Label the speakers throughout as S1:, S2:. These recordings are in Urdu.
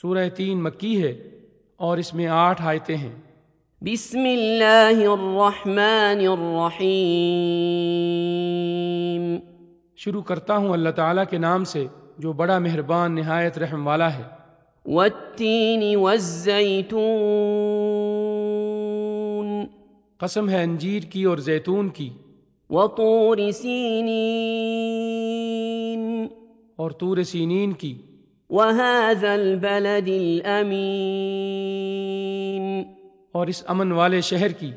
S1: سورہ تین مکی ہے اور اس میں آٹھ آیتیں ہیں
S2: بسم اللہ الرحمن الرحیم
S1: شروع کرتا ہوں اللہ تعالیٰ کے نام سے جو بڑا مہربان نہایت رحم والا ہے
S2: والتین والزیتون
S1: قسم ہے انجیر کی اور زیتون کی
S2: وطور سینین
S1: اور تور سینین کی
S2: وهذا البلد الأمين
S1: اور اس امن والے شہر کی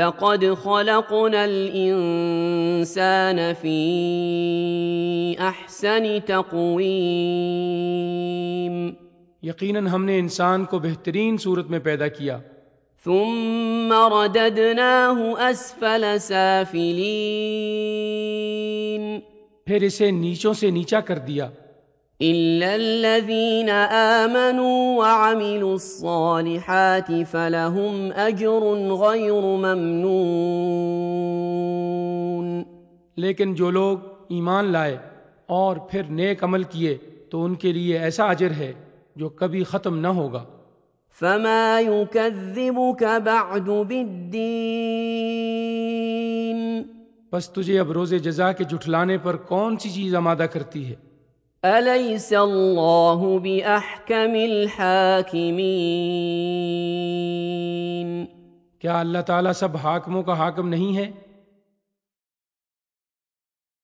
S2: لقد خلقنا الإنسان في أحسن تقويم
S1: یقیناً ہم نے انسان کو بہترین صورت میں پیدا کیا
S2: ثم رددناه أسفل سافلين
S1: پھر اسے نیچوں سے نیچا کر دیا
S2: إلا الذين آمنوا وعملوا الصالحات فلهم أجر غير ممنون
S1: لیکن جو لوگ ایمان لائے اور پھر نیک عمل کیے تو ان کے لیے ایسا اجر ہے جو کبھی ختم نہ ہوگا
S2: فما يكذبك بعد بالدين
S1: بس تجھے اب روز جزا کے جھٹلانے پر کون سی چیز آمادہ کرتی ہے
S2: أليس الله بأحكم الحاكمين
S1: کیا اللہ تعالیٰ سب حاکموں کا حاکم نہیں ہے